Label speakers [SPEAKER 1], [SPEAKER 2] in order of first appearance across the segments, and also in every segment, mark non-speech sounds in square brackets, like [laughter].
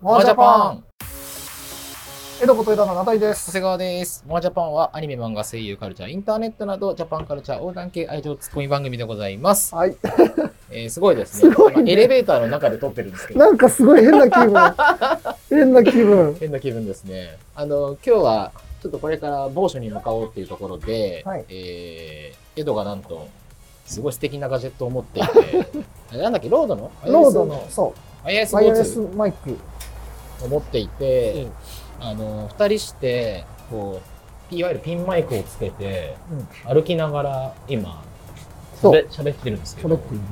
[SPEAKER 1] モアジャパン
[SPEAKER 2] 江戸こと枝の中井で
[SPEAKER 1] 長
[SPEAKER 2] す。
[SPEAKER 1] 谷川です。モアジャパンはアニメ、漫画、声優、カルチャー、インターネットなど、ジャパンカルチャー横断系愛情ツッコミ番組でございます。
[SPEAKER 2] はい。
[SPEAKER 1] えー、すごいですね。
[SPEAKER 2] すごいね
[SPEAKER 1] 今エレベーターの中で撮ってるんですけど、
[SPEAKER 2] なんかすごい変な気
[SPEAKER 1] [laughs]
[SPEAKER 2] 分。変な気分。
[SPEAKER 1] 変な気分ですね。あの、今日は、ちょっとこれから某所に向かおうっていうところで、
[SPEAKER 2] はい
[SPEAKER 1] えー、エドがなんと、すごい素敵なガジェットを持って
[SPEAKER 2] [laughs]
[SPEAKER 1] いて、あれなんだっけ、ロードの
[SPEAKER 2] ロードの、そ
[SPEAKER 1] IS
[SPEAKER 2] う、ワイヤレ
[SPEAKER 1] ス
[SPEAKER 2] スマイク。
[SPEAKER 1] を持っていて、あの、二人して、こう、いわゆるピンマイクをつけて、
[SPEAKER 2] うん
[SPEAKER 1] 歩きながら今、
[SPEAKER 2] そう
[SPEAKER 1] 喋喋ってるんですけ
[SPEAKER 2] 喋
[SPEAKER 1] ど
[SPEAKER 2] っている。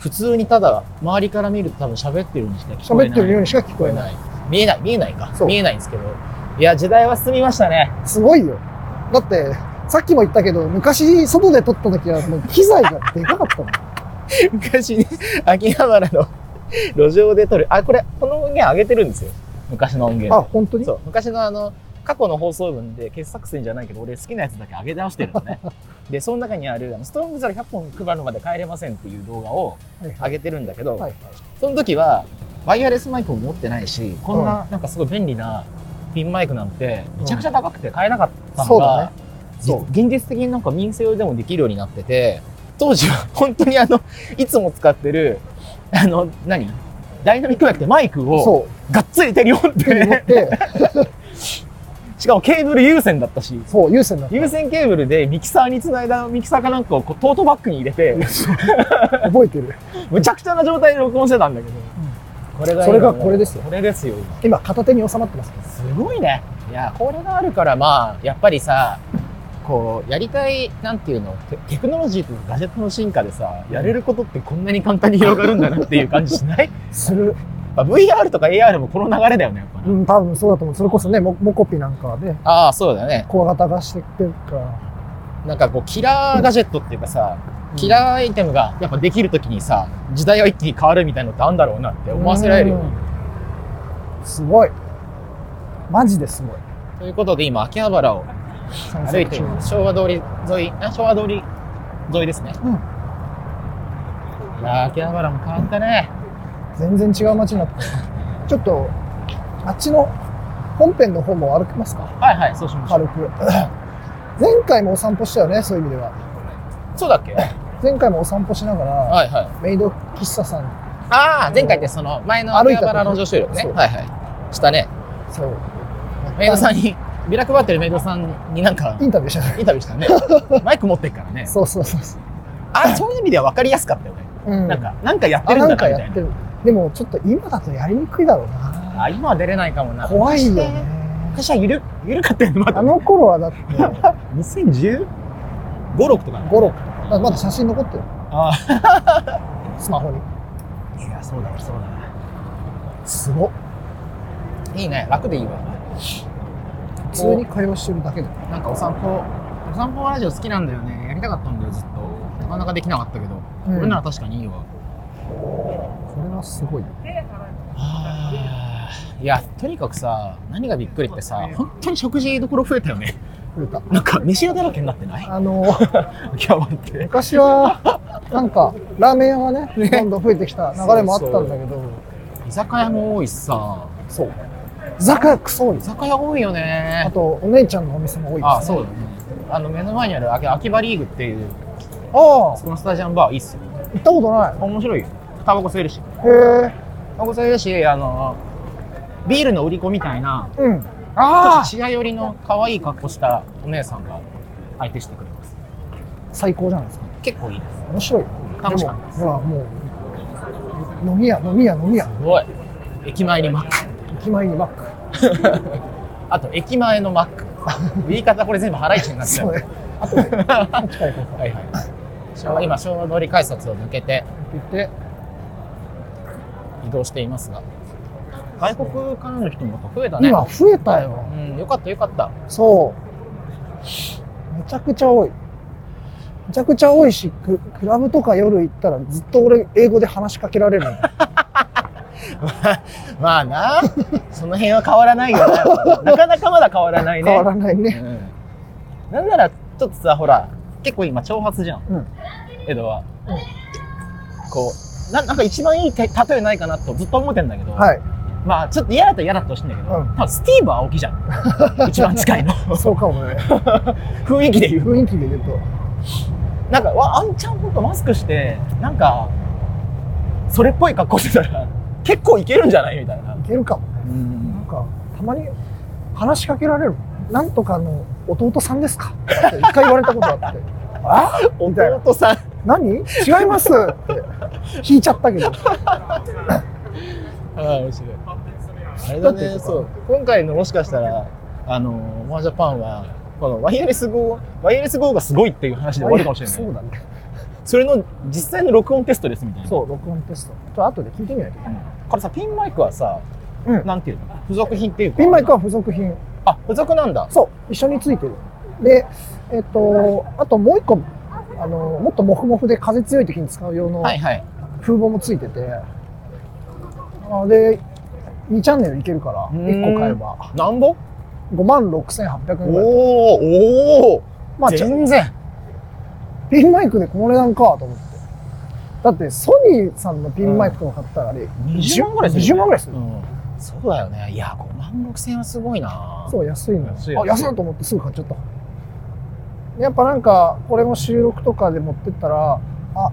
[SPEAKER 1] 普通にただ周りから見ると多分喋ってるようにしか聞こえ
[SPEAKER 2] 喋っ
[SPEAKER 1] ない
[SPEAKER 2] てるようにしか聞
[SPEAKER 1] 聞こ
[SPEAKER 2] こ
[SPEAKER 1] え
[SPEAKER 2] えない。
[SPEAKER 1] ない見えない見えないか
[SPEAKER 2] そう
[SPEAKER 1] 見えないんですけどいや時代は進みましたね
[SPEAKER 2] すごいよ。だって、さっきも言ったけど、昔外で撮った時はもう機材がでかかっ
[SPEAKER 1] [laughs]
[SPEAKER 2] たもん。
[SPEAKER 1] [laughs] 昔ね秋葉原の路上で撮るあこれこの音源上げてるんですよ昔の音源
[SPEAKER 2] あ、本当に
[SPEAKER 1] そう昔のあの過去の放送分で傑作選じゃないけど俺好きなやつだけ上げ直してるの
[SPEAKER 2] [laughs]
[SPEAKER 1] ねでその中にあるあの「ストロングザル100本配るまで帰れません」っていう動画を
[SPEAKER 2] はいは
[SPEAKER 1] 上げてるんだけど、
[SPEAKER 2] いはい。
[SPEAKER 1] その時はワイヤレスマイクも持ってないしこんななんかすごい便利なピンマイクなんてめちゃくちゃ高くて買えなかったの
[SPEAKER 2] そうだ
[SPEAKER 1] が
[SPEAKER 2] ね、そう
[SPEAKER 1] じ現実的になんか民生用でもできるようになってて当時は [laughs] 本当にあのいつも使ってるあの何ダイナミックマイクってマイクを
[SPEAKER 2] そ
[SPEAKER 1] がっつり手に持っ
[SPEAKER 2] う。手に持ってて、
[SPEAKER 1] [laughs] しかもケーブル有線だったし
[SPEAKER 2] そう、有線だった。
[SPEAKER 1] 有線ケーブルでミキサーにつないだミキサーかなんかをこうトートバッグに入れて
[SPEAKER 2] 覚えてる。
[SPEAKER 1] むちゃくちゃな状態で録音してたんだけど、これ
[SPEAKER 2] それがこれですよ
[SPEAKER 1] これですよ今
[SPEAKER 2] 今、片手に収まってますね。
[SPEAKER 1] すごいね。いや、これがあるから、まあ、やっぱりさ、こう、やりたい、なんていうの、テテクノロジーとガジェットの進化でさ、やれることってこんなに簡単に広がるんだなっていう感じしない [laughs]
[SPEAKER 2] する。
[SPEAKER 1] まあ ?VR とか AR もこの流れだよね、やっぱ
[SPEAKER 2] う
[SPEAKER 1] ね。
[SPEAKER 2] ん、多分そうだと思う。それこそね、モモコピなんかはね、
[SPEAKER 1] ああ、そうだね。
[SPEAKER 2] 小型化してきてるから。
[SPEAKER 1] なんかこう、キラーガジェットっていうかさ、キラーアイテムがやっぱできるときにさ、時代は一気に変わるみたいなのってあんだろうなって思わせられるよね。
[SPEAKER 2] うんすごい。マジですごい。
[SPEAKER 1] ということで今、秋葉原を歩いています昭和通り沿い、あ昭和通り沿いですね。
[SPEAKER 2] うん
[SPEAKER 1] いやー秋葉原も変わったね。
[SPEAKER 2] 全然違う街になった。ちょっと、あっちの本編の方も歩きますか
[SPEAKER 1] はいはい、そうしましょう。
[SPEAKER 2] 軽
[SPEAKER 1] [laughs]
[SPEAKER 2] く。前回もお散歩したよね、そういう意味では。
[SPEAKER 1] そうだっけはい
[SPEAKER 2] 前回もお散歩しながら、
[SPEAKER 1] はい。
[SPEAKER 2] メイド喫茶さん、
[SPEAKER 1] ああ、前回ってその前の
[SPEAKER 2] 歩
[SPEAKER 1] 秋
[SPEAKER 2] いた
[SPEAKER 1] 葉
[SPEAKER 2] とこ
[SPEAKER 1] 原の女子力ね。
[SPEAKER 2] そう
[SPEAKER 1] はいはい。したね。
[SPEAKER 2] そう。
[SPEAKER 1] メイドさ
[SPEAKER 2] ん。
[SPEAKER 1] んに、ビラ配ってるメイドさんになんか、
[SPEAKER 2] インタビューしたね。
[SPEAKER 1] インタビューした [laughs] ね。マイク持ってっからね。
[SPEAKER 2] そうそうそうそう。
[SPEAKER 1] あ、そういう意味では分かりやすかったよね。
[SPEAKER 2] うん
[SPEAKER 1] なん、か、なんかやって
[SPEAKER 2] あ、
[SPEAKER 1] るん
[SPEAKER 2] な
[SPEAKER 1] だ
[SPEAKER 2] んか
[SPEAKER 1] なみた
[SPEAKER 2] や
[SPEAKER 1] い
[SPEAKER 2] って
[SPEAKER 1] な。
[SPEAKER 2] る。でもちょっと今だとやりにくいだろうな。
[SPEAKER 1] あ、今は出れないかもな。
[SPEAKER 2] 怖いよね。
[SPEAKER 1] 昔はゆる、ゆるかったよね、まだ
[SPEAKER 2] あ。
[SPEAKER 1] [laughs]
[SPEAKER 2] の頃はだって、5、
[SPEAKER 1] 2015、6とか
[SPEAKER 2] 6。まだ写真残ってる。
[SPEAKER 1] ああ。
[SPEAKER 2] [laughs] スマホに。
[SPEAKER 1] いや、そうだわ、そうだわ。
[SPEAKER 2] すごっ。
[SPEAKER 1] いいね、楽でいいわ。
[SPEAKER 2] 普通に会話してるだけで。
[SPEAKER 1] なんかお散歩、お散歩ラジオ好きなんだよね。やりたかったんだよ、ずっと。なかなかできなかったけど、
[SPEAKER 2] うん
[SPEAKER 1] これなら確かにいいわ。
[SPEAKER 2] これはすごい。
[SPEAKER 1] いや、とにかくさ、何がびっくりってさ、本当に食事どころ増えたよね。
[SPEAKER 2] 増えた。
[SPEAKER 1] なんか、飯屋だらけになってない [laughs]
[SPEAKER 2] あの、
[SPEAKER 1] 秋葉原って。
[SPEAKER 2] 昔は、なんか、ラーメン屋がね、どんどん増えてきた流れもあったんだけど、
[SPEAKER 1] 居酒屋も多いしさ、
[SPEAKER 2] そう。居酒屋クソ多い
[SPEAKER 1] 居。酒屋多いよ
[SPEAKER 2] あ
[SPEAKER 1] ね。
[SPEAKER 2] と、お姉ちゃんのお店も多いです、ね。
[SPEAKER 1] あ、そうだね。あの、目の前にある秋秋葉リーグっていう、
[SPEAKER 2] ああ、
[SPEAKER 1] そこのスタジアムバーいいっすよ。
[SPEAKER 2] 行ったことな
[SPEAKER 1] 面白いよ。タバコ吸えるし。
[SPEAKER 2] い。へ
[SPEAKER 1] タバコ吸えるし、あの、ビールの売り子みたいな、
[SPEAKER 2] え。うん。
[SPEAKER 1] ちょっと
[SPEAKER 2] ああ、
[SPEAKER 1] チア寄りの可愛い格好したお姉さんが相手してくれます。
[SPEAKER 2] 最高じゃないですか。
[SPEAKER 1] 結構いいです。
[SPEAKER 2] 面白い。
[SPEAKER 1] 楽し
[SPEAKER 2] で
[SPEAKER 1] か
[SPEAKER 2] も、
[SPEAKER 1] っ
[SPEAKER 2] ほら、もう、飲み屋、飲み屋、飲み屋。
[SPEAKER 1] すごい。駅前にマック。
[SPEAKER 2] 駅前にマック。
[SPEAKER 1] あと、駅前のマッ [laughs] ク。言い方これ全部ハライチになっちゃ。
[SPEAKER 2] そうう
[SPEAKER 1] は
[SPEAKER 2] ね。あ
[SPEAKER 1] [laughs]
[SPEAKER 2] と、ね、近いこ
[SPEAKER 1] いはい [laughs] 昭和。今、昭和通り改札を抜けて
[SPEAKER 2] と行って、
[SPEAKER 1] 移動していますが、外国からの人もやっぱ増えたね。
[SPEAKER 2] 今増えたよ。
[SPEAKER 1] うん、よかったよかった。
[SPEAKER 2] そう。めちゃくちゃ多い。めちゃくちゃ多いし、ククラブとか夜行ったらずっと俺英語で話しかけら
[SPEAKER 1] [laughs]
[SPEAKER 2] れるの。
[SPEAKER 1] まあな、 [laughs] その辺は変わらないよな。なかなかまだ変わらないね。
[SPEAKER 2] 変わらないね。
[SPEAKER 1] うんなんなら、ちょっとさ、ほら、結構今、挑発じゃん、
[SPEAKER 2] うん
[SPEAKER 1] 江戸は。こうな、なんか一番いいて例えないかなとずっと思ってんだけど、 [laughs]
[SPEAKER 2] はい。
[SPEAKER 1] まあ、ちょっと嫌だったら嫌だってほしいんだけど、
[SPEAKER 2] うん
[SPEAKER 1] 多分スティーブ・青木じゃん。一番近い [laughs] の。
[SPEAKER 2] そうかもね。
[SPEAKER 1] 雰囲気で言う。
[SPEAKER 2] 雰囲気で言うと。
[SPEAKER 1] なんか、わあんちゃんほんとマスクして、なんか、それっぽい格好してたら、 [laughs] 結構いけるんじゃないみたいな。
[SPEAKER 2] いけるかもね。なんか、たまに話しかけられる。なんとかの弟さんですかって一回言われたこと
[SPEAKER 1] [laughs]
[SPEAKER 2] あって。あみたいな
[SPEAKER 1] 弟さん、
[SPEAKER 2] 何違いますって引いちゃったけど。
[SPEAKER 1] ああ、面白い。あれだ
[SPEAKER 2] だって
[SPEAKER 1] ね、そう。今回のもしかしたら、あの、モアジャパンは、このワイヤレス号、ワイヤレス号がすごいっていう [laughs] 話で終わるかもしれない。
[SPEAKER 2] そうだね。
[SPEAKER 1] それの実際の録音テストですみたいな。
[SPEAKER 2] そう、録音テスト。ちょっと後で聞いてみないと。
[SPEAKER 1] これさ、ピンマイクはさ、
[SPEAKER 2] うん
[SPEAKER 1] なんていうの付属品っていうか。
[SPEAKER 2] ピンマイクは付属品。
[SPEAKER 1] あ、付属なんだ。
[SPEAKER 2] そう、一緒についてる。で、えっと、あともう一個、あの、もっとモフモフで風強い時に使う用の
[SPEAKER 1] はいはい。
[SPEAKER 2] 風防もついてて、あで、2チャンネルいけるから、
[SPEAKER 1] うん
[SPEAKER 2] 1個買えば、
[SPEAKER 1] なんぼ
[SPEAKER 2] 5万6800円ぐらい。
[SPEAKER 1] おー、おー、
[SPEAKER 2] まあ、ちょ
[SPEAKER 1] 全然。
[SPEAKER 2] ピンマイクでこの値段かと思って。だって、ソニーさんのピンマイクとか買ったらあれ、
[SPEAKER 1] 20万ぐらいする、
[SPEAKER 2] 20万ぐらいする
[SPEAKER 1] うんそうだよね。いや、5万6千円はすごいな。
[SPEAKER 2] そう、安いのよ
[SPEAKER 1] 安い
[SPEAKER 2] あ、安いと思ってすぐ買っちゃった。やっぱなんか、これも収録とかで持ってったら、あ、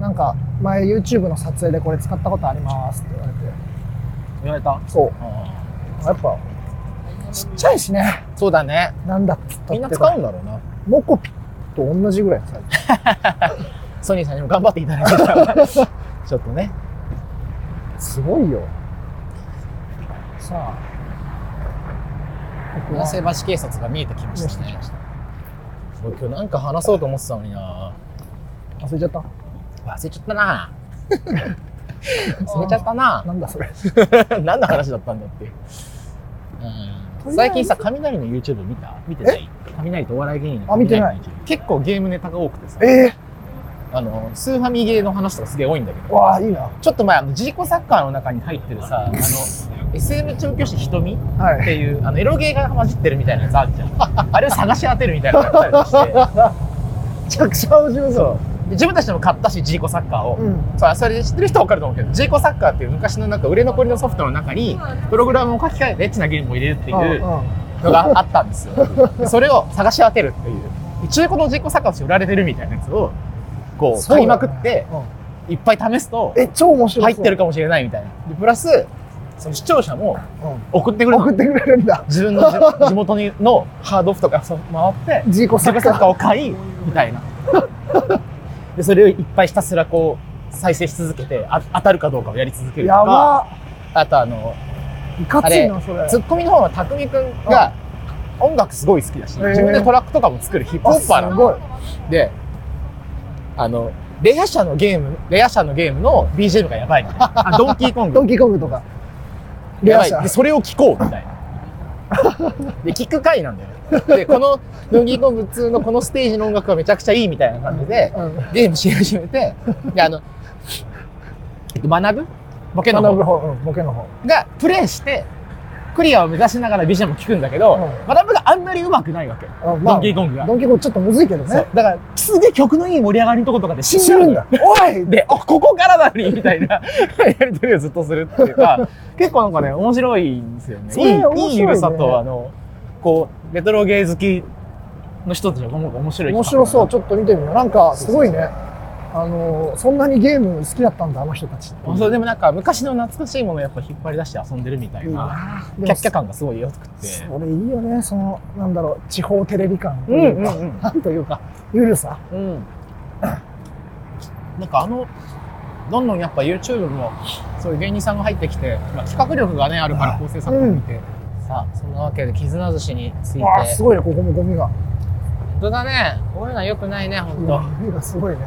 [SPEAKER 2] なんか、前 YouTube の撮影でこれ使ったことありますって言われて。
[SPEAKER 1] 言われた
[SPEAKER 2] そう。
[SPEAKER 1] あ
[SPEAKER 2] やっぱ、ちっちゃいしね。
[SPEAKER 1] ーそうだね。
[SPEAKER 2] なんだっつったって。
[SPEAKER 1] みんな使うんだろうな。
[SPEAKER 2] モコピと同じぐらいのサイズ。
[SPEAKER 1] ソニーさんにも頑張っていただいてたら [laughs] ちょっとね。
[SPEAKER 2] すごいよ。さあ、ここは
[SPEAKER 1] 船瀬橋警察が見えてきましたね。僕今日なんか話そうと思ってたのにな。
[SPEAKER 2] 忘れちゃった。
[SPEAKER 1] 忘れちゃったな。忘れちゃったな。
[SPEAKER 2] [laughs] なんだそれ。
[SPEAKER 1] [laughs] 何の話だったんだっていう。うん、最近さ、雷の YouTube 見た見てない雷とお笑い芸人の
[SPEAKER 2] あ見てない
[SPEAKER 1] 雷の YouTube 結構ゲームネタが多くてさ、
[SPEAKER 2] え
[SPEAKER 1] あの、スーファミゲーの話とかすげえ多いんだけ
[SPEAKER 2] ー、
[SPEAKER 1] ど、
[SPEAKER 2] わあ、いいな。
[SPEAKER 1] ちょっと前、あの、ジーコサッカーの中に入ってるさ、あの、SM 調教師瞳っ [laughs]
[SPEAKER 2] はい。
[SPEAKER 1] ていう、あの、エロゲーが混じってるみたいなやつあるじゃん。 [laughs] あれを探し当てるみたいなのやったりして、
[SPEAKER 2] [laughs] めちゃくちゃ面白そう。
[SPEAKER 1] 自分たちでも買ったし、ジーコサッカーを。
[SPEAKER 2] うん。
[SPEAKER 1] そうそれ知ってる人は分かると思うけど J コサッカーっていう昔のなんか売れ残りのソフトの中にプログラムを書き換えてエッチなゲームを入れるっていうの
[SPEAKER 2] んん
[SPEAKER 1] があったんですよでそれを探し当てるっていう中古の J コサッカーとして売られてるみたいなやつをこう
[SPEAKER 2] そう
[SPEAKER 1] 買
[SPEAKER 2] だね
[SPEAKER 1] いまくっていっぱい試すと
[SPEAKER 2] え、超面白い。
[SPEAKER 1] 入ってるかもしれないみたいなでプラスその視聴者も
[SPEAKER 2] う
[SPEAKER 1] 送ってく
[SPEAKER 2] ん。
[SPEAKER 1] れる
[SPEAKER 2] 送ってくれるんだ。
[SPEAKER 1] 自分の地 [laughs] 地元にのハードオフとかそう回って
[SPEAKER 2] ジーコ
[SPEAKER 1] サ
[SPEAKER 2] サ
[SPEAKER 1] ブ
[SPEAKER 2] ッ
[SPEAKER 1] サ
[SPEAKER 2] カ
[SPEAKER 1] ッカーを買いみたいなでそれをいっぱいひたすらこう再生し続けてあ当たるかどうかをやり続
[SPEAKER 2] ー。
[SPEAKER 1] けると
[SPEAKER 2] や
[SPEAKER 1] か
[SPEAKER 2] ば。
[SPEAKER 1] あとあの
[SPEAKER 2] いかついな、それ。
[SPEAKER 1] ツッコミの方は匠くんが音楽すごい好きだし
[SPEAKER 2] へー
[SPEAKER 1] 自分でトラックとかも作るヒップホッパーな
[SPEAKER 2] す
[SPEAKER 1] の
[SPEAKER 2] ごい。
[SPEAKER 1] であのレア社のゲームレア社のゲームの BGM がやばいみたいなあドンキーコング
[SPEAKER 2] ドンキーコングとか。レ
[SPEAKER 1] や
[SPEAKER 2] ア
[SPEAKER 1] ばい
[SPEAKER 2] 車
[SPEAKER 1] で。それを聞こうみたいな [laughs] で聞く回なんだよねでこのドンキーコング2のこのステージの音楽がめちゃくちゃいいみたいな感じで
[SPEAKER 2] うん。
[SPEAKER 1] ゲームし始めてであの、えっと、学ぶボケの
[SPEAKER 2] 学ぶ
[SPEAKER 1] 方
[SPEAKER 2] 方、うん、ボケの方。
[SPEAKER 1] がプレイしてクリアを目指しながら BGM も聞くんだけど、
[SPEAKER 2] うん
[SPEAKER 1] 学ぶがあんまり上手くないわけ、
[SPEAKER 2] あまあ
[SPEAKER 1] ドンキーコングが、
[SPEAKER 2] ドンキーコングちょっとむずいけど
[SPEAKER 1] そう
[SPEAKER 2] ね。
[SPEAKER 1] だからすげえ曲のいい盛り上がりのとことかで死ん
[SPEAKER 2] 知
[SPEAKER 1] じゃう
[SPEAKER 2] る
[SPEAKER 1] の
[SPEAKER 2] んだ。おい
[SPEAKER 1] で、あ、ここからだにみたいな [laughs] やりとりをずっとするっていうか、結構なんかね、面白いんですよね。
[SPEAKER 2] それ面白いね
[SPEAKER 1] いいゆるさと、あの、こう、レトロゲー好きの人たちがなんか面白い。
[SPEAKER 2] 面白そう。。ちょっと見てみよう。なんか、すごいね。あの、そんなにゲーム好きだったんだ、あの人たちっていう。
[SPEAKER 1] あそうでもなんか昔の懐かしいものをやっぱ引っ張り出して遊んでるみたい
[SPEAKER 2] いい
[SPEAKER 1] な、
[SPEAKER 2] な
[SPEAKER 1] キャッキャ感がすごい良くて。
[SPEAKER 2] でもそれいいよね。その、なんだろう、地方テレビ感。
[SPEAKER 1] うんうんうん
[SPEAKER 2] なんというか、ゆるさ。
[SPEAKER 1] うん。なんかあの、どんどんやっぱ YouTube も、そういう芸人さんが入ってきて、まあ、企画力がね、あるから構成作品見て、さあ、そんなわけで、絆寿司について。
[SPEAKER 2] わあ、すごいね、ここもゴミが。
[SPEAKER 1] 本当だね。こういうのは良くないね、本
[SPEAKER 2] ゴミがすごいね。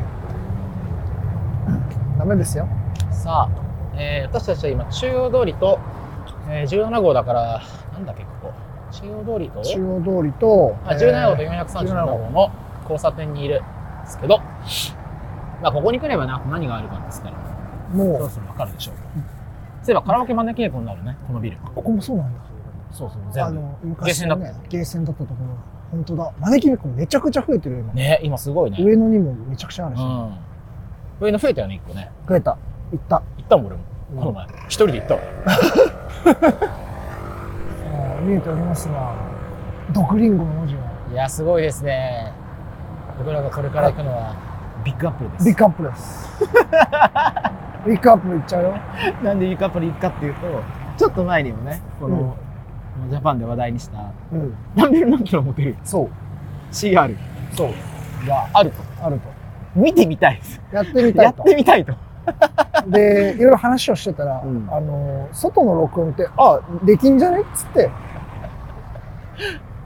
[SPEAKER 2] ダメですよ。
[SPEAKER 1] 当。さあ、えー私たちは今、中央通りと、えー17号だから、なんだっけ、ここ。中央通りと、
[SPEAKER 2] 中央通りと、
[SPEAKER 1] あ17号と
[SPEAKER 2] え
[SPEAKER 1] 437号の交差点にいるんですけど、まあ、ここに来ればな、何があるかですから、
[SPEAKER 2] ーも
[SPEAKER 1] そうろ、そろわかるでしょう。そういえば、カラオケ招き猫になるね、このビル。
[SPEAKER 2] ここもそうなんだ。
[SPEAKER 1] そうそう、
[SPEAKER 2] あ
[SPEAKER 1] 全
[SPEAKER 2] の、昔の
[SPEAKER 1] ゲーセ
[SPEAKER 2] ね、
[SPEAKER 1] ンだ
[SPEAKER 2] ゲーセンだったところが、本当だ。招き猫めちゃくちゃ増えてるよ、今
[SPEAKER 1] 部。。ね、今すごいね。
[SPEAKER 2] 上野にもめちゃくちゃある
[SPEAKER 1] う
[SPEAKER 2] し。
[SPEAKER 1] ん。上の増えたよね、一個ね。
[SPEAKER 2] 増えた。行った。
[SPEAKER 1] 行ったもん、俺も。
[SPEAKER 2] うん
[SPEAKER 1] この前。一人で行ったわ。
[SPEAKER 2] えー見えておりますが、毒リンゴの文字が。
[SPEAKER 1] いや、すごいですね。僕らがこれから行くのは、ビッグアップルで
[SPEAKER 2] ビッグアップルです。
[SPEAKER 1] [laughs]
[SPEAKER 2] ビッグアップルいっちゃうよ。
[SPEAKER 1] なんでビッグアップル行くかっていうと、ちょっと前にもね、この、ジャパンで話題にした、
[SPEAKER 2] うん。
[SPEAKER 1] 何百何キロ持てる
[SPEAKER 2] そう。
[SPEAKER 1] CR
[SPEAKER 2] そう。
[SPEAKER 1] があると。
[SPEAKER 2] あると。
[SPEAKER 1] 見てみたいです。
[SPEAKER 2] やってみた
[SPEAKER 1] [laughs] や
[SPEAKER 2] い
[SPEAKER 1] っ
[SPEAKER 2] と。
[SPEAKER 1] てみたいと。
[SPEAKER 2] で、いろいろ話をしてたら、
[SPEAKER 1] うん
[SPEAKER 2] あの、外の録音って、あ、できんじゃねっつって、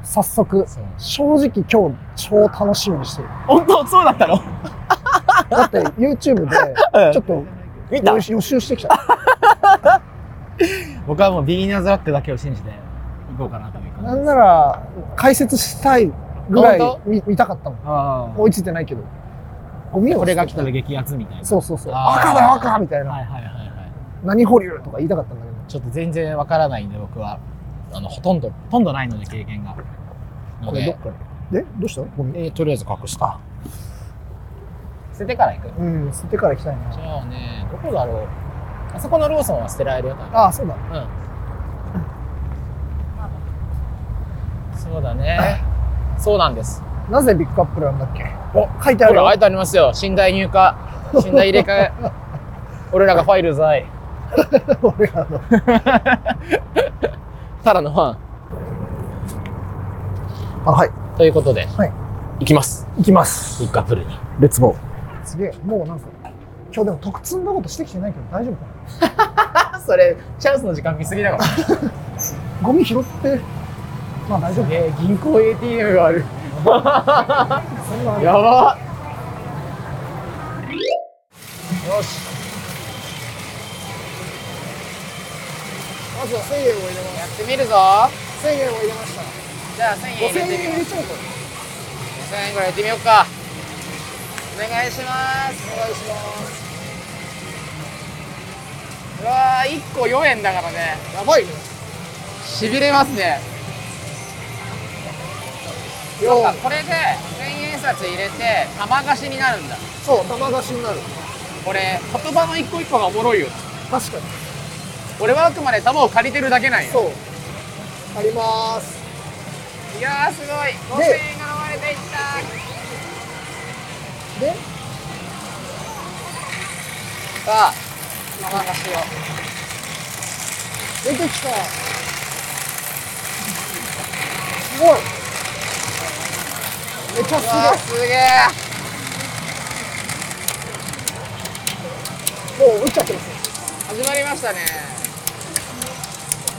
[SPEAKER 2] 早速、正直今日超楽しみにしてる。
[SPEAKER 1] 本当そうだったの
[SPEAKER 2] だって YouTube
[SPEAKER 1] [laughs]
[SPEAKER 2] で、ちょっと
[SPEAKER 1] 見た
[SPEAKER 2] 予習予習してきた。
[SPEAKER 1] 僕はもうビギナーズラックだけを信じて行こうかなという
[SPEAKER 2] な
[SPEAKER 1] 感じ
[SPEAKER 2] ん
[SPEAKER 1] です。
[SPEAKER 2] なら、解説したいぐらい
[SPEAKER 1] 本
[SPEAKER 2] 見見たかったもん。
[SPEAKER 1] あー
[SPEAKER 2] 追いついてないけど。ゴミを
[SPEAKER 1] これ
[SPEAKER 2] 捨
[SPEAKER 1] が
[SPEAKER 2] て
[SPEAKER 1] 来たら激アツみたいな。
[SPEAKER 2] そうそうそう。
[SPEAKER 1] あー
[SPEAKER 2] 赤だよ赤みたいな。
[SPEAKER 1] はいはいはいはい。
[SPEAKER 2] 何保留とか言いたかったんだけど。
[SPEAKER 1] ちょっと全然わからないんで僕は、あの、ほとんど、ほとんどないので経験が。の
[SPEAKER 2] これど
[SPEAKER 1] で
[SPEAKER 2] っ、からえどうしたゴミ。
[SPEAKER 1] えーとりあえず隠した。捨ててから行く。
[SPEAKER 2] うん、捨ててから行きたい
[SPEAKER 1] じ
[SPEAKER 2] な。
[SPEAKER 1] ゃあね、どこだろう。あそこのローソンは捨てられるよ。多分
[SPEAKER 2] ああ、そうだ。
[SPEAKER 1] うん。そうだね。そうなんです。
[SPEAKER 2] なぜビッグアップルなんだっけ
[SPEAKER 1] お
[SPEAKER 2] 書いてあ
[SPEAKER 1] ほ
[SPEAKER 2] る
[SPEAKER 1] ら、
[SPEAKER 2] よ
[SPEAKER 1] 書いてありますよ。信頼入荷、信頼入れ
[SPEAKER 2] [laughs]
[SPEAKER 1] 替え。俺らがファイル在。
[SPEAKER 2] [laughs] 俺らの。
[SPEAKER 1] ただのファン。
[SPEAKER 2] あ、はい。
[SPEAKER 1] ということで、
[SPEAKER 2] はい
[SPEAKER 1] 行きます。
[SPEAKER 2] 行きます。
[SPEAKER 1] ビッグアップルに。
[SPEAKER 2] レッツゴー。すげえ、もうなんか、今日でも特通なことしてきてないけど大丈夫かな
[SPEAKER 1] あ、それ、チャンスの時間見すぎだから。
[SPEAKER 2] ゴミ拾って、まあ [laughs] 大丈夫。
[SPEAKER 1] え銀行 ATM があ
[SPEAKER 2] [laughs]
[SPEAKER 1] る。
[SPEAKER 2] そんな、
[SPEAKER 1] やばよし。
[SPEAKER 2] まずは1000円を入れま
[SPEAKER 1] やってみるぞ。
[SPEAKER 2] す。1000円を入れました。
[SPEAKER 1] じゃあ、1000
[SPEAKER 2] 5000円
[SPEAKER 1] よう
[SPEAKER 2] 入れちゃうから。
[SPEAKER 1] 1000円ぐらいやってみようか。お願いします。
[SPEAKER 2] お願いします。
[SPEAKER 1] うわー、1個4円だからね。
[SPEAKER 2] やばいね。
[SPEAKER 1] しびれますね。
[SPEAKER 2] よ
[SPEAKER 1] そうかこれで千円札入れて玉貸しになるんだ
[SPEAKER 2] そう、玉出しになる。
[SPEAKER 1] これ言葉の一個一個がおもろいよ
[SPEAKER 2] 確かに。
[SPEAKER 1] 俺はあくまで玉を借りてるだけなんや
[SPEAKER 2] そう。あります。
[SPEAKER 1] いやーすごい5000
[SPEAKER 2] で
[SPEAKER 1] 円が流れていっ
[SPEAKER 2] で、
[SPEAKER 1] たさあ玉貸しを
[SPEAKER 2] 出てきた。すごい。めっちゃ
[SPEAKER 1] うわー
[SPEAKER 2] す
[SPEAKER 1] すげえ
[SPEAKER 2] げえ。もう打っちゃってますよ。
[SPEAKER 1] 始まりましたね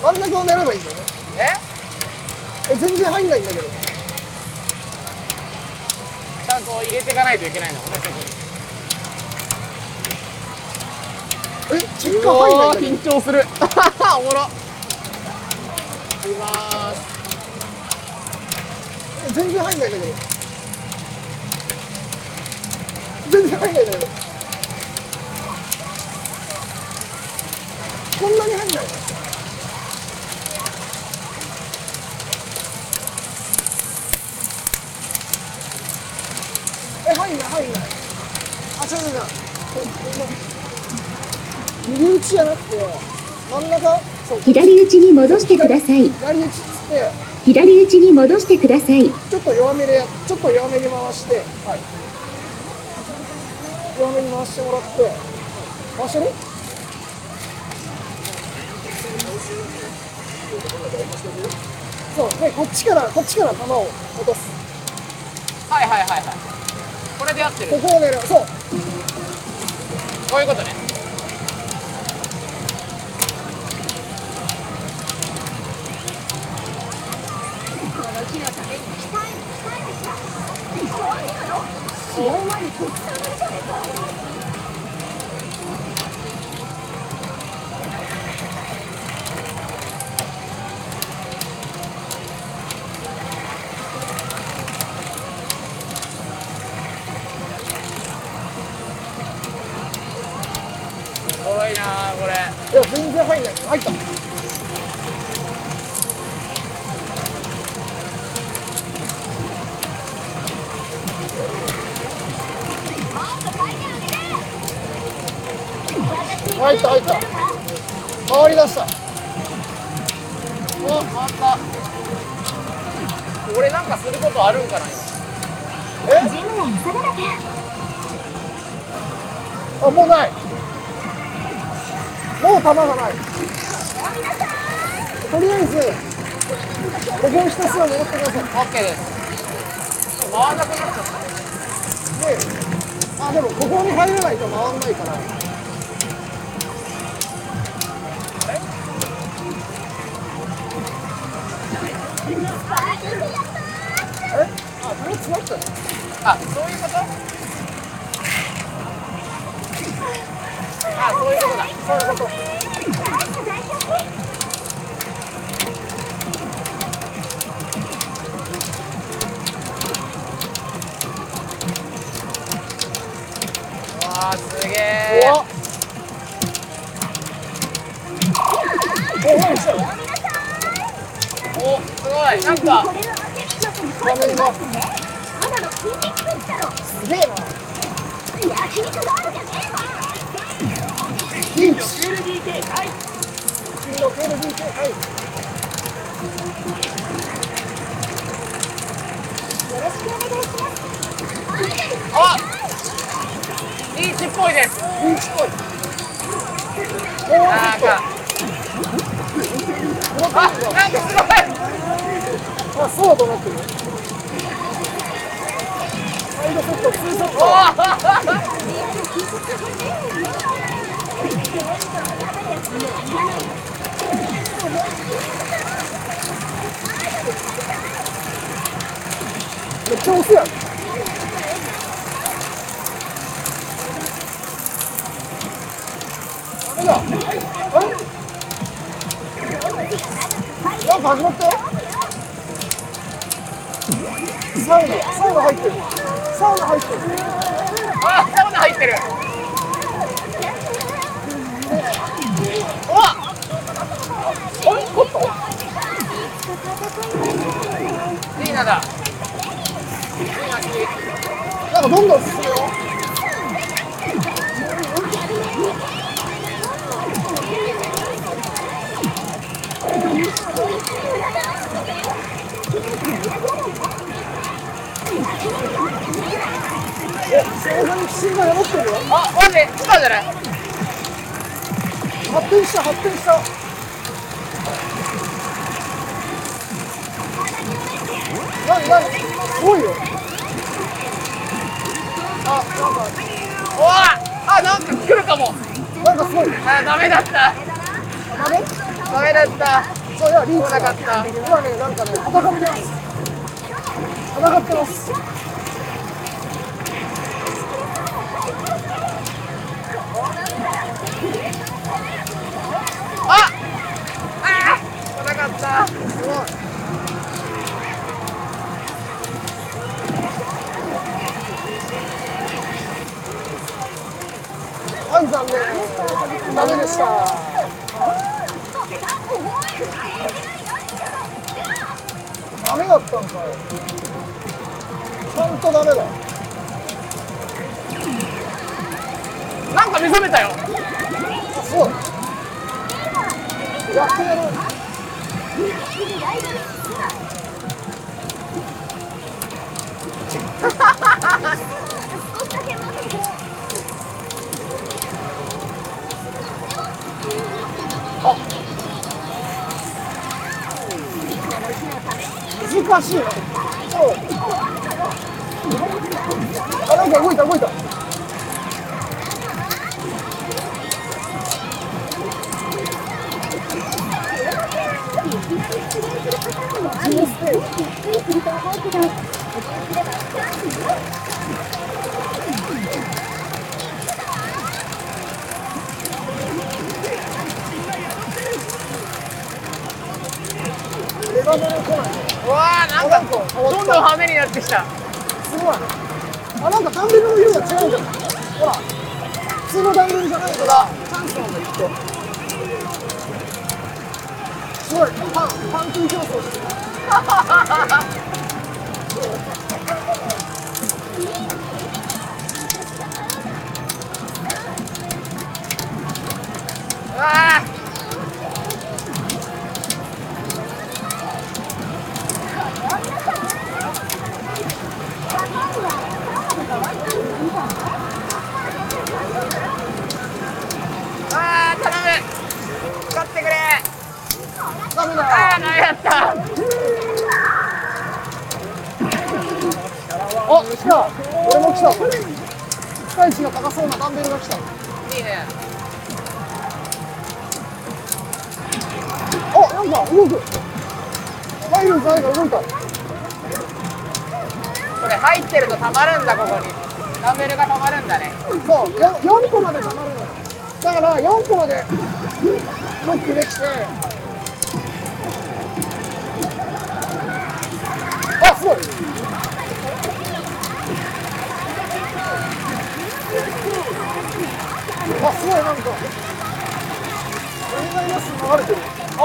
[SPEAKER 2] 真ん中を狙えばいいんだよね。
[SPEAKER 1] え
[SPEAKER 2] え、全然入んないんだけど。
[SPEAKER 1] ちゃんと入れていかないといけないんだもんねそこ
[SPEAKER 2] え、チェッ
[SPEAKER 1] に
[SPEAKER 2] カー入んないんだけど。
[SPEAKER 1] 緊張するおもろいきまーす
[SPEAKER 2] え全然入んないんだけど。全然入んないんだけど。こんなに入んない。え、入んない、入んない。あ、違う違う違うこんな。右打ちじゃなくて、真ん中、そう、
[SPEAKER 3] 左打ちに戻してください。
[SPEAKER 2] 左打ちっつって。
[SPEAKER 3] 左打ちに戻してください。
[SPEAKER 2] ちょっと弱めでやちょっと弱めに回して、はい、弱めに回してもらって回してねそうでこっちからこっちから球を落とす
[SPEAKER 1] はいはいはいはいこれで合ってる
[SPEAKER 2] ここを狙うそう
[SPEAKER 1] こういうことねおもろいなーこれ
[SPEAKER 2] いや全然入んない入った入った入った回り出した
[SPEAKER 1] お回った俺なんかすることあるんかな
[SPEAKER 3] ジムは急がなきゃ
[SPEAKER 2] あもうないもう球がないとりあえず保健室数を戻ってください
[SPEAKER 1] オッケーです回んなくなっちゃった
[SPEAKER 2] であでもここに入らないと回んないからえあこれ詰まったの
[SPEAKER 1] あ、そういうことあ、そういうことだそういうことうわあ、すげえ
[SPEAKER 2] 怖っおいした
[SPEAKER 1] お、すごいなんか
[SPEAKER 2] 画面がすげえなピンチ LDK はい
[SPEAKER 1] あリーチっぽいです
[SPEAKER 2] ピンチっぽい
[SPEAKER 1] なんかあ、なんかすごい
[SPEAKER 2] あ、そうだと思ってる。サイドセット、ツーショッ
[SPEAKER 1] お
[SPEAKER 2] ト。
[SPEAKER 1] ー
[SPEAKER 2] めっちゃ押すやん。ダメだ。あれなんか始まったよ。サウナ、サウナ入ってる。サウナ入ってる。
[SPEAKER 1] あ、サウナ入ってるおわ
[SPEAKER 2] あれコット
[SPEAKER 1] リーナだリーナ好き
[SPEAKER 2] なんかどんどん進むよ。え、正座に不審が宿ってるよ。
[SPEAKER 1] あ、待って、来たんじゃない
[SPEAKER 2] 発展した、発展した。なになに、すごいよ。
[SPEAKER 1] あ、なんかおわあ、なんか来るかも
[SPEAKER 2] なんかすごい。
[SPEAKER 1] あ、ダメだった
[SPEAKER 2] あれ
[SPEAKER 1] ダメだった
[SPEAKER 2] そういやリーチ
[SPEAKER 1] 来なかった
[SPEAKER 2] 今ねなんかね戦ってます戦ってます
[SPEAKER 1] ああー来なかった
[SPEAKER 2] すごいはい残念ダメでしたダメだったんかよちゃんとダメだ
[SPEAKER 1] なんか目覚めたよ
[SPEAKER 2] あそうやってやる難しいな。そう。あ、なんか動いた動いた。人生レバノン来ない。
[SPEAKER 1] うわあ、なんかどんどん羽目になってきた
[SPEAKER 2] すごい。あ、なんかダンベルの色が違うんじゃない。ほら。普通のダンベルじゃないから、チャンスなんだきっと。すごい、パン、パン食い競争してる。
[SPEAKER 1] うわあ
[SPEAKER 2] 来た俺も来た期待値が高そうなダンベルが来た
[SPEAKER 1] いいね
[SPEAKER 2] あなんか動く入る材が動いた
[SPEAKER 1] これ入ってるとたまるんだここにダンベルがたまるんだね
[SPEAKER 2] そう、よ4個まで溜まるのよ。だから4個までロックできて。あ、すごい。あ、すごい、なんか。俺がいます、流れてる。
[SPEAKER 1] お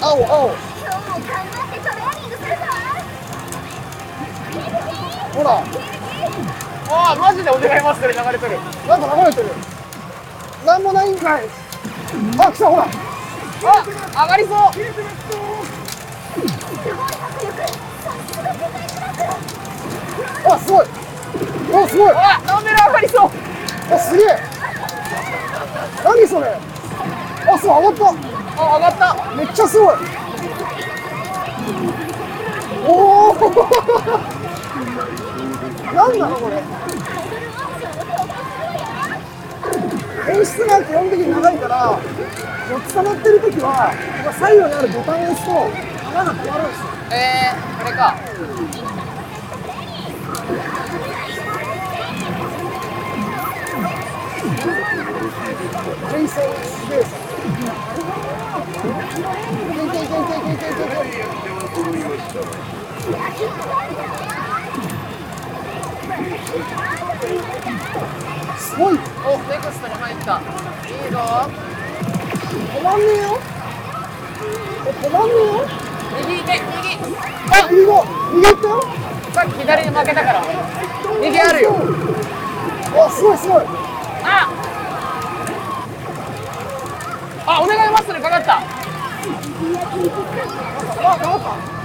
[SPEAKER 2] 青、青。
[SPEAKER 3] 今日も頑張ってトレーニングするぞ
[SPEAKER 2] ほら、
[SPEAKER 1] おマジでお願いますそれ流れてる
[SPEAKER 2] なんか流れてる。なんもないんかい。あ、来た、ほら。
[SPEAKER 1] あ上がりそう
[SPEAKER 2] あ、すごい。お、すごい。
[SPEAKER 1] あダンベル上がりそう
[SPEAKER 2] あ、すげえ。何それ。あ、そう、上がっ
[SPEAKER 1] あ上がった
[SPEAKER 2] た。めっちゃすごい。おお。なんなの、これ。演出が基本的に長いから。四つ溜まってる時は、この左右にあるボタンを押すと、穴が止まるんですよ。
[SPEAKER 1] えー、これか
[SPEAKER 2] ジェイソン・スペース。いけいけいけいけいけいけいけ。すごい
[SPEAKER 1] おネクストに入ったいいぞ
[SPEAKER 2] 止まんねえよえ止まんねえよ
[SPEAKER 1] 右手右
[SPEAKER 2] あ右だ右行ったよ
[SPEAKER 1] あさっき左に負けたから右あるよ
[SPEAKER 2] あすごいすごい
[SPEAKER 1] ああお願いマッスルかかった
[SPEAKER 2] あ頑張った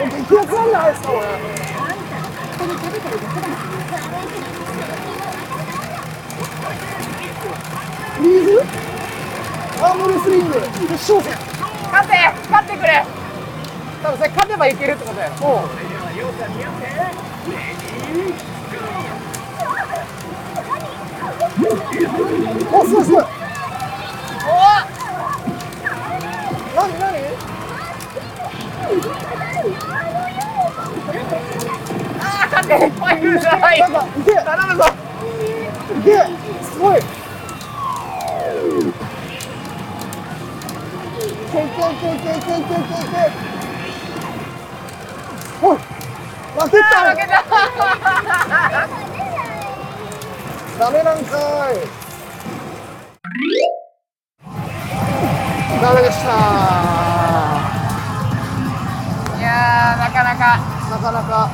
[SPEAKER 2] え激アツなんじゃないですかこれリーグアームレスリング決勝戦
[SPEAKER 1] 勝て勝ってくれ多分それ勝てばいけるってことやろ
[SPEAKER 2] もうおすごいすごい何何
[SPEAKER 1] おあー勝てファイルじゃない
[SPEAKER 2] なんかいけ
[SPEAKER 1] 頼むぞ
[SPEAKER 2] いけすごいいけいけいけいけいけいけいけおい負け
[SPEAKER 1] あー
[SPEAKER 2] た
[SPEAKER 1] 負けた
[SPEAKER 2] ダメなんかいダメでした
[SPEAKER 1] いやーなかなか
[SPEAKER 2] なかなか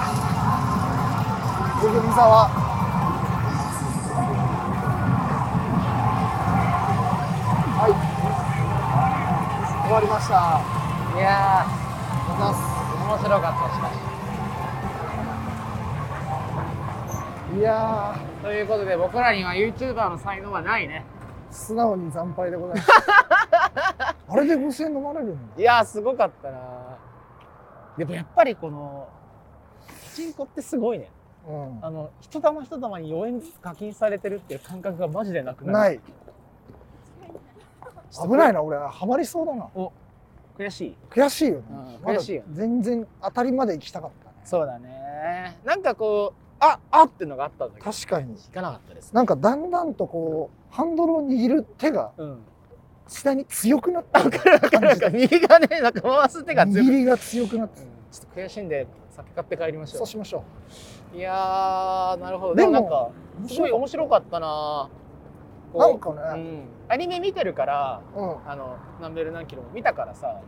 [SPEAKER 2] 自分座ははい終わりました
[SPEAKER 1] いや
[SPEAKER 2] おはようございま
[SPEAKER 1] ー面白かったしかし
[SPEAKER 2] すいや
[SPEAKER 1] ということで僕らには YouTuber の才能はないね
[SPEAKER 2] ー素直に惨敗でございます [laughs] あれで5000飲まれるんだ
[SPEAKER 1] いやーすごかったなでもやっぱりこのパチンコってすごいね
[SPEAKER 2] うん
[SPEAKER 1] あの一玉一玉に4円ずつ課金されてるっていう感覚がマジでなくなる
[SPEAKER 2] ないい危ないな俺ハマりそうだな
[SPEAKER 1] 悔しい
[SPEAKER 2] 悔しいよね
[SPEAKER 1] うん、
[SPEAKER 2] まだ
[SPEAKER 1] 悔しいよね
[SPEAKER 2] 全然当たりまで行きたかったね
[SPEAKER 1] そうだねなんかこうああってのがあったんだけど
[SPEAKER 2] 確かに
[SPEAKER 1] 引かなかったですね
[SPEAKER 2] なんかだんだんとこうハンドルを握る手が
[SPEAKER 1] うん
[SPEAKER 2] 次第に強くなってる
[SPEAKER 1] なんか右がねなんか回す手が強く
[SPEAKER 2] 握
[SPEAKER 1] うん
[SPEAKER 2] りが強くなってる
[SPEAKER 1] ちょっと悔しいんで酒買って帰りましょ
[SPEAKER 2] そうしましょ
[SPEAKER 1] ういやーなるほどで
[SPEAKER 2] で
[SPEAKER 1] も
[SPEAKER 2] も
[SPEAKER 1] なんか
[SPEAKER 2] う
[SPEAKER 1] すごい面白かったなこう
[SPEAKER 2] なんか
[SPEAKER 1] う
[SPEAKER 2] ね
[SPEAKER 1] ん、アニメ見てるから
[SPEAKER 2] うん、うん
[SPEAKER 1] あの何ベル何キロも見たからさ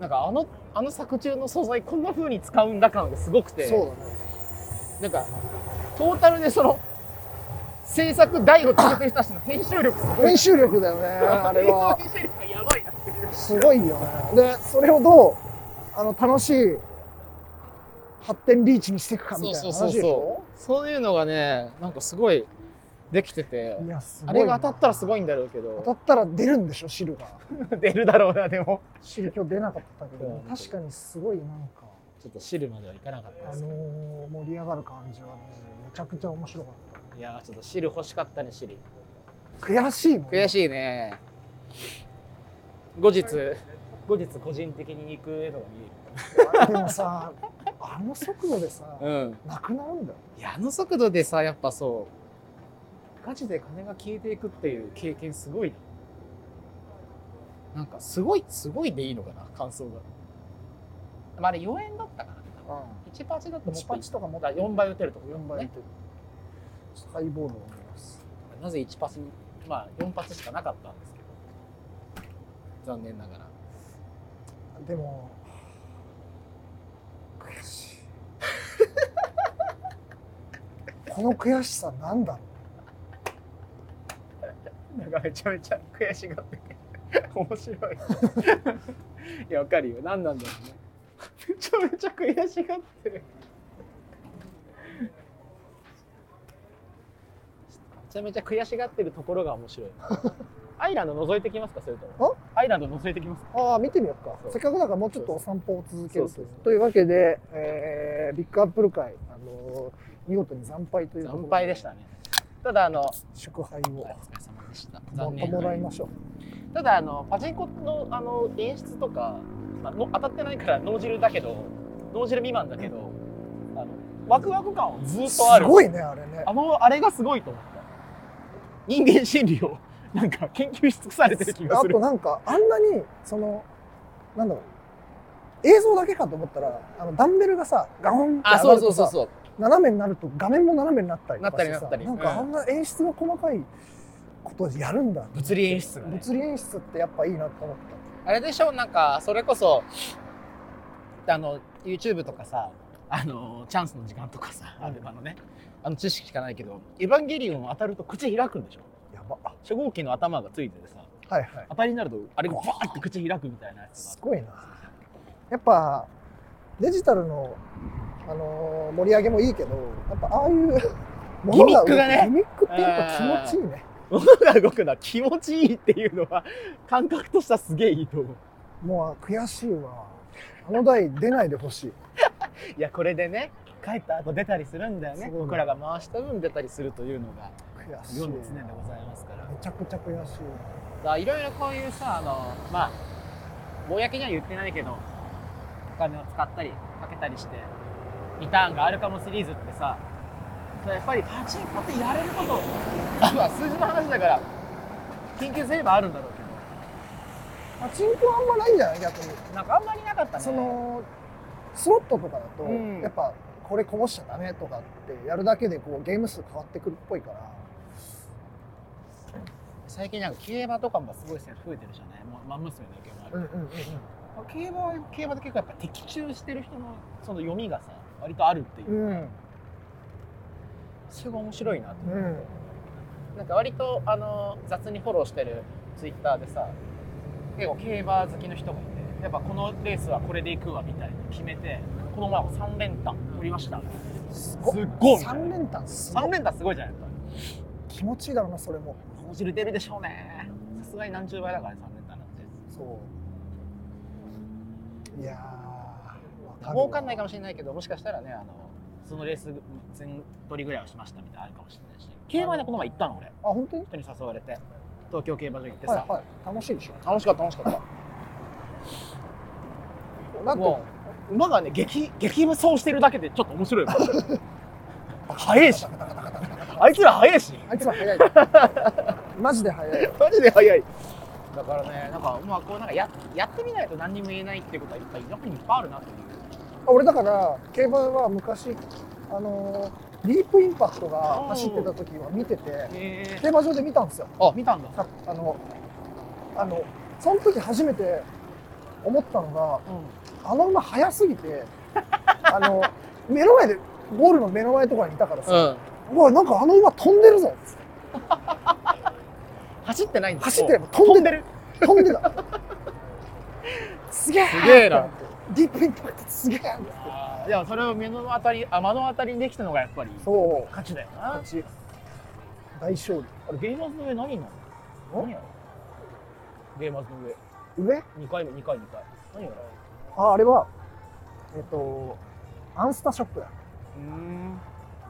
[SPEAKER 1] なんかあのあの作中の素材こんな風に使うんだ感がすごくて
[SPEAKER 2] そうだね
[SPEAKER 1] なんかトータルでその制作台を作ってる人たちの編集力すごい
[SPEAKER 2] 練習力だよねあれ [laughs] は
[SPEAKER 1] 編集力がやばいなっていう
[SPEAKER 2] すごいよねでそれをどうあの楽しい発展リーチにしていくかみたいな話でしょ
[SPEAKER 1] そういうのがねなんかすごいできてて
[SPEAKER 2] いやすごい
[SPEAKER 1] あれが当たったらすごいんだろうけ
[SPEAKER 2] 当
[SPEAKER 1] ど
[SPEAKER 2] たったら出るんでしょ汁が
[SPEAKER 1] 出るだろうなでも
[SPEAKER 2] 汁今日出なかったけ
[SPEAKER 1] う
[SPEAKER 2] ど
[SPEAKER 1] ん
[SPEAKER 2] 確かにすごいなんか
[SPEAKER 1] ちょっと汁まではいかなかった
[SPEAKER 2] あ
[SPEAKER 1] ですけど
[SPEAKER 2] のー盛り上がる感じはねめちゃくちゃ面白かっ
[SPEAKER 1] いやーちょっと汁欲しかったね汁
[SPEAKER 2] た悔しいもん
[SPEAKER 1] 悔
[SPEAKER 2] し
[SPEAKER 1] しいね後日後日個人的に行くのが
[SPEAKER 2] い
[SPEAKER 1] 見
[SPEAKER 2] でもさあの速度でさ
[SPEAKER 1] えるうん
[SPEAKER 2] なくなるんだよ
[SPEAKER 1] いやあの速度でさやっぱそうガチで金が消えていくっていう経験すごいななんかすごいすごいでいいのかな感想がまああれ4円だったかな1パチだともっと
[SPEAKER 2] 1とかもっと
[SPEAKER 1] 4倍打てるとこ
[SPEAKER 2] 4倍打てるちょっとハイボールを飲みます
[SPEAKER 1] なぜ1パスに、まあ4発しかなかったんですけど、残念ながら。
[SPEAKER 2] でも悔しいこの悔しさなんだろ
[SPEAKER 1] なんかめちゃめちゃ悔しがってて、面白い。いや、わかるよ。何なんだろうね。めちゃめちゃ悔しがってる。めちゃめちゃ悔しがってるところが面白い。アイランド覗いてきますか、それとも。アイランド覗いてきますか。
[SPEAKER 2] うああ見てみようか
[SPEAKER 1] そう
[SPEAKER 2] せっかくだからもうちょっとお散歩を続ける
[SPEAKER 1] そうそうそう
[SPEAKER 2] というわけで、えービッグアップル会、あのー見事に惨敗ということ
[SPEAKER 1] 惨敗でしたね。ただ、あの、
[SPEAKER 2] 祝杯
[SPEAKER 1] お
[SPEAKER 2] を
[SPEAKER 1] 疲れ様でした。
[SPEAKER 2] も
[SPEAKER 1] 残念
[SPEAKER 2] もらいましょう
[SPEAKER 1] ただあのパチンコのあの演出とか、まあ、の当たってないから脳汁だけど脳汁未満だけどあのワクワク感はずっ
[SPEAKER 2] す
[SPEAKER 1] とある
[SPEAKER 2] ごいねあれね
[SPEAKER 1] あのあれがすごいと思った人間心理を [laughs] なんか研究し尽くされてる気が
[SPEAKER 2] [laughs] あ
[SPEAKER 1] する
[SPEAKER 2] となんかあんなにそのなんだろう映像だけかと思ったらあのダンベルがさガオンって上がるとさ
[SPEAKER 1] そう
[SPEAKER 2] 斜めになると画面も斜めになったりとかして
[SPEAKER 1] な
[SPEAKER 2] さ
[SPEAKER 1] ったりな
[SPEAKER 2] な
[SPEAKER 1] ったり
[SPEAKER 2] んかあ
[SPEAKER 1] うん
[SPEAKER 2] んな演出が細かいことをやるんだ、
[SPEAKER 1] 物理演出がね、
[SPEAKER 2] 物理演出ってやっぱいいなと思った
[SPEAKER 1] あれでしょなんかそれこそあの YouTube とかさあのチャンスの時間とかさあればのねあの知識しかないけど「エヴァンゲリオン」当たると口開くんでしょ
[SPEAKER 2] やば
[SPEAKER 1] 初号機の頭がついててさ
[SPEAKER 2] はいはい
[SPEAKER 1] 当たりになるとあれがバーって口開くみたいなやつがあっ
[SPEAKER 2] す
[SPEAKER 1] て
[SPEAKER 2] ごいなやっぱデジタルの、あのー盛り上げもいいけどやっぱああいうもの動く
[SPEAKER 1] ギミックがね
[SPEAKER 2] ギミックってやっぱ気持ちいいね
[SPEAKER 1] 物が動くのは気持ちいいっていうのは感覚としてはすげえいいと思う
[SPEAKER 2] もう悔しいわあの台出ないでほしい
[SPEAKER 1] いやこれでね帰った後出たりするんだよね
[SPEAKER 2] そうだ
[SPEAKER 1] 僕らが回した分出たりするというのが
[SPEAKER 2] 悔しい
[SPEAKER 1] 世
[SPEAKER 2] め
[SPEAKER 1] の常でございますからだ
[SPEAKER 2] ちゃくちゃ悔しい
[SPEAKER 1] からいろいろこういうさあのまあ公には言ってないけどお金を使ったりかけたりしてリターンがあるかもシリーズってさやっぱりパチンコってやれることあまあ数字の話だから緊急すればあるんだろうけど
[SPEAKER 2] パチンコはあんまないんじゃない逆に
[SPEAKER 1] なんかあんまりなかったね。
[SPEAKER 2] そのスロットとかだと、
[SPEAKER 1] うん
[SPEAKER 2] やっぱこれこぼしちゃダメとかってやるだけでこうゲーム数変わってくるっぽいから
[SPEAKER 1] 最近なんか競馬とかもすごい増えてるじゃない。まあ娘の影響もある。
[SPEAKER 2] んうんうん
[SPEAKER 1] 競馬は競馬で結構やっぱ的中してる人のその読みがさ、割とあるっていう。
[SPEAKER 2] うん
[SPEAKER 1] それが面白いなと。
[SPEAKER 2] うん
[SPEAKER 1] なんか割とあの雑にフォローしてるツイッターでさ、結構競馬好きの人がいて、やっぱこのレースはこれで行くわみたいな決めて、この前も三連単取りました。
[SPEAKER 2] す
[SPEAKER 1] すっごい
[SPEAKER 2] 3連単すご
[SPEAKER 1] 三
[SPEAKER 2] い
[SPEAKER 1] 連単すごいじゃないですか。
[SPEAKER 2] 気持ちいいだろうなそれも
[SPEAKER 1] 脳汁出るでしょうね。さすがに何十倍だからね三連単なんて。
[SPEAKER 2] そういやーわかるわ
[SPEAKER 1] 儲かんないかもしれないけどもしかしたらねあのそのレース全取りぐらいはしましたみたいなのあるかもしれないし競馬でこの前行ったの俺
[SPEAKER 2] あ本当に
[SPEAKER 1] 人に誘われて東京競馬場行ってさ、
[SPEAKER 2] はいはい楽しいでしょ
[SPEAKER 1] 楽しかった楽しかっ
[SPEAKER 2] な
[SPEAKER 1] た
[SPEAKER 2] んと
[SPEAKER 1] もう馬がね激激無双してるだけでちょっと面白いもん速いしあいつら速いし
[SPEAKER 2] あいつは早 [laughs] いマジで早いよ
[SPEAKER 1] マジで速いだからねなんかまあこうなんかややってみないと何にも言えないっていうことはいっぱいやっぱりいっぱいあるなという
[SPEAKER 2] 俺だから競馬は昔あのーディープインパクトが走ってた時は見てて
[SPEAKER 1] へ
[SPEAKER 2] 競馬場で見たんですよ
[SPEAKER 1] あ見たんだ、
[SPEAKER 2] さあのあのその時初めて思ったのがあの馬速すぎ [laughs] てあの目の前でゴールの目の前とかにいたから
[SPEAKER 1] う
[SPEAKER 2] さ
[SPEAKER 1] ん、
[SPEAKER 2] 「うわなんかあの馬飛んでるぞ」っつって
[SPEAKER 1] 走ってないんだ
[SPEAKER 2] 走ってれば飛んでる飛んでた [laughs] すげえ
[SPEAKER 1] すげえな
[SPEAKER 2] ってってディープインパクトすげえってって
[SPEAKER 1] あーいやそれを目の当たりあ目の当たりにできたのがやっぱり
[SPEAKER 2] そう
[SPEAKER 1] 勝ちだよな
[SPEAKER 2] 勝ち大勝利
[SPEAKER 1] あれゲーマーズの上何になるの何やろゲーマーズの上
[SPEAKER 2] 上
[SPEAKER 1] 2回目2回2回何やろ
[SPEAKER 2] ああれはえっとアンスタショップだ
[SPEAKER 1] うん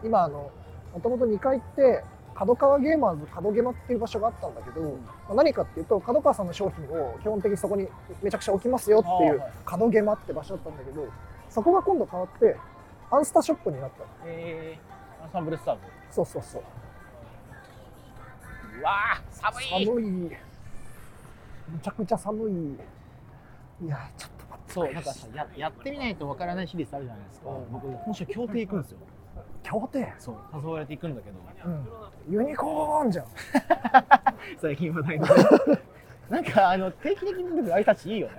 [SPEAKER 2] 今あのもともと2階って角川ゲーマーズ角ゲマっていう場所があったんだけど、まあ何かっていうと角川さんの商品を基本的にそこにめちゃくちゃ置きますよってい
[SPEAKER 1] あーは
[SPEAKER 2] う
[SPEAKER 1] い
[SPEAKER 2] 角ゲマって場所だったんだけどそこが今度変わってアンスタショップになったの
[SPEAKER 1] えー、アンサンブルスターズ
[SPEAKER 2] そうそうそう
[SPEAKER 1] うわー寒い
[SPEAKER 2] 寒いむちゃくちゃ寒いいやちょっと待って
[SPEAKER 1] そうなんかさややってみないとわからない日々あるじゃないですか、
[SPEAKER 2] うん
[SPEAKER 1] 僕今週競艇行くんですよ
[SPEAKER 2] 協定
[SPEAKER 1] そう誘われて行くんだけど
[SPEAKER 2] うんユニコーンじゃん
[SPEAKER 1] [laughs] 最近話題の [laughs] なんかあの定期的に出てくる挨拶いいよね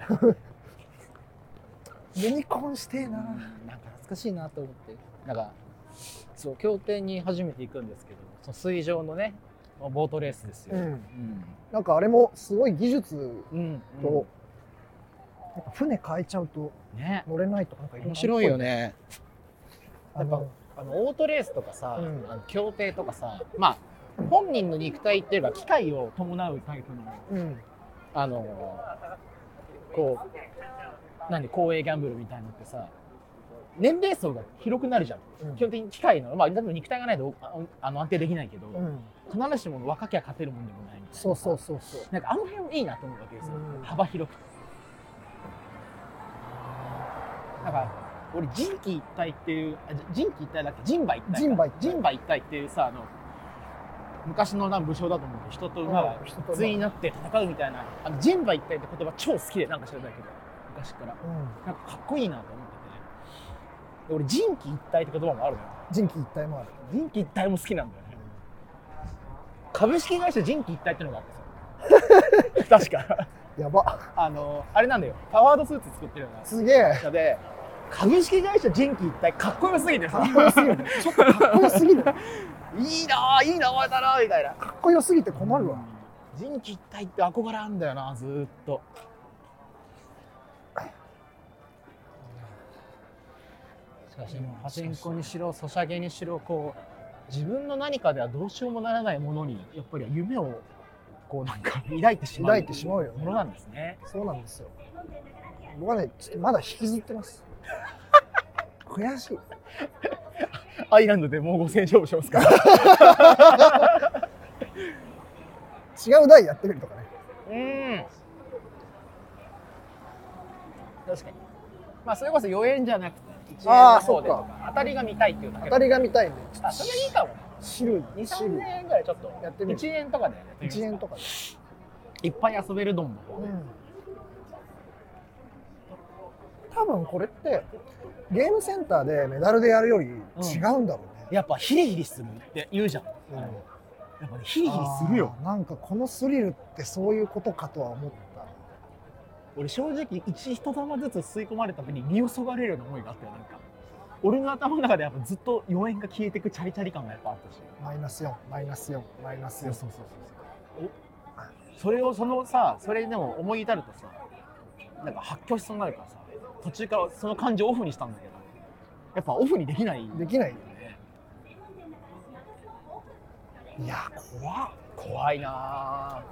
[SPEAKER 2] ユニコーンしてえな、
[SPEAKER 1] なんか懐かしいなと思ってなんかそう競艇に初めて行くんですけどその水上のねボートレースですよ、
[SPEAKER 2] うん
[SPEAKER 1] ん
[SPEAKER 2] なんかあれもすごい技術
[SPEAKER 1] うん
[SPEAKER 2] と、やっぱ船変えちゃうと
[SPEAKER 1] ね
[SPEAKER 2] 乗れないとかなんかろろ
[SPEAKER 1] 面白いよね
[SPEAKER 2] あ
[SPEAKER 1] やっ
[SPEAKER 2] の
[SPEAKER 1] あのオートレースとかさ、
[SPEAKER 2] うん
[SPEAKER 1] あの競艇とかさまあ本人の肉体っていうか機械を伴うタイプの
[SPEAKER 2] うん
[SPEAKER 1] あのこう何公営ギャンブルみたいなのってさ年齢層が広くなるじゃん、
[SPEAKER 2] うん
[SPEAKER 1] 基本的に機械のまあ多分肉体がないとああの安定できないけど、
[SPEAKER 2] うん
[SPEAKER 1] 必ずしも若きゃ勝てるもんでもないみたいな
[SPEAKER 2] そうそうそうそう
[SPEAKER 1] なんかあの辺もいいなと思うわけですよ、
[SPEAKER 2] うん
[SPEAKER 1] 幅広くてなんか俺人気一体っていうあじ人気一体だっけ人馬一体か
[SPEAKER 2] 人馬一体
[SPEAKER 1] 人馬一体っていうさあの昔のな武将だと思うけど人と馬が
[SPEAKER 2] うん人と馬
[SPEAKER 1] 対になって戦うみたいなあの人馬一体って言葉超好きでなんか知らないけど昔から
[SPEAKER 2] うん
[SPEAKER 1] なんかかっこいいなと思っててで俺人気一体って言葉もあるのよ
[SPEAKER 2] 人気一体もある
[SPEAKER 1] 人気一体も好きなんだよね株式会社人気一体ってのがあって [laughs] さ確か
[SPEAKER 2] やば
[SPEAKER 1] あのあれなんだよパワードスーツ作ってるような
[SPEAKER 2] すげえ
[SPEAKER 1] 社で株式会社人気一体かっこよすぎて
[SPEAKER 2] か
[SPEAKER 1] [laughs] さ
[SPEAKER 2] っこよすぎるちょっとかっこよすぎるか
[SPEAKER 1] いいなあいい名前だなあみたいな
[SPEAKER 2] っこよすぎて困るわ
[SPEAKER 1] 人気一体って憧れあんだよなずーっとしかしもうパチンコにしろソシャゲにしろこう自分の何かではどうしようもならないものにやっぱり夢をこうなんか抱いてしまう
[SPEAKER 2] 抱いてしまうよね
[SPEAKER 1] ものなんですね
[SPEAKER 2] そうなんですよ僕はねちょっとまだ引きずってます悔しい
[SPEAKER 1] アイランドで [laughs] もう5000勝負しますから
[SPEAKER 2] 違う台やってみるとかね
[SPEAKER 1] うん確かにまあそれこそ4円じゃなくて1円の方でと
[SPEAKER 2] あーそっ
[SPEAKER 1] か当たりが見たいっていうだけ
[SPEAKER 2] 当た
[SPEAKER 1] で
[SPEAKER 2] りが見たいんでちょ
[SPEAKER 1] あそれいいかもね
[SPEAKER 2] っと汁
[SPEAKER 1] 2、
[SPEAKER 2] に汁
[SPEAKER 1] 3000円ぐらいちょっと
[SPEAKER 2] やってみる
[SPEAKER 1] 1円とかで
[SPEAKER 2] 1円と
[SPEAKER 1] か
[SPEAKER 2] かで、
[SPEAKER 1] いっぱい遊べるドンの方
[SPEAKER 2] う
[SPEAKER 1] で、
[SPEAKER 2] ん、多分これってゲームセンターでメダルでやるより違うんだろうね、
[SPEAKER 1] やっぱヒリヒリするって言うじゃん、
[SPEAKER 2] うん
[SPEAKER 1] あのやっぱねヒリヒリするよ
[SPEAKER 2] あーなんかこのスリルってそういうことかとは思った
[SPEAKER 1] 俺正直一一玉ずつ吸い込まれた時に身をそがれるような思いがあったよなんか俺の頭の中でやっぱずっと余韻が消えてくチャリチャリ感がやっぱあったし
[SPEAKER 2] マイナス4マイナス4マイナス
[SPEAKER 1] そう
[SPEAKER 2] 4
[SPEAKER 1] そうそうそうおそれをそのさそれでも思い至るとさなんか発狂しそうになるからさ途中からその感情をオフにしたんだけどやっぱオフにできない
[SPEAKER 2] できないよ
[SPEAKER 1] ね
[SPEAKER 2] いや怖っ
[SPEAKER 1] 怖いなあ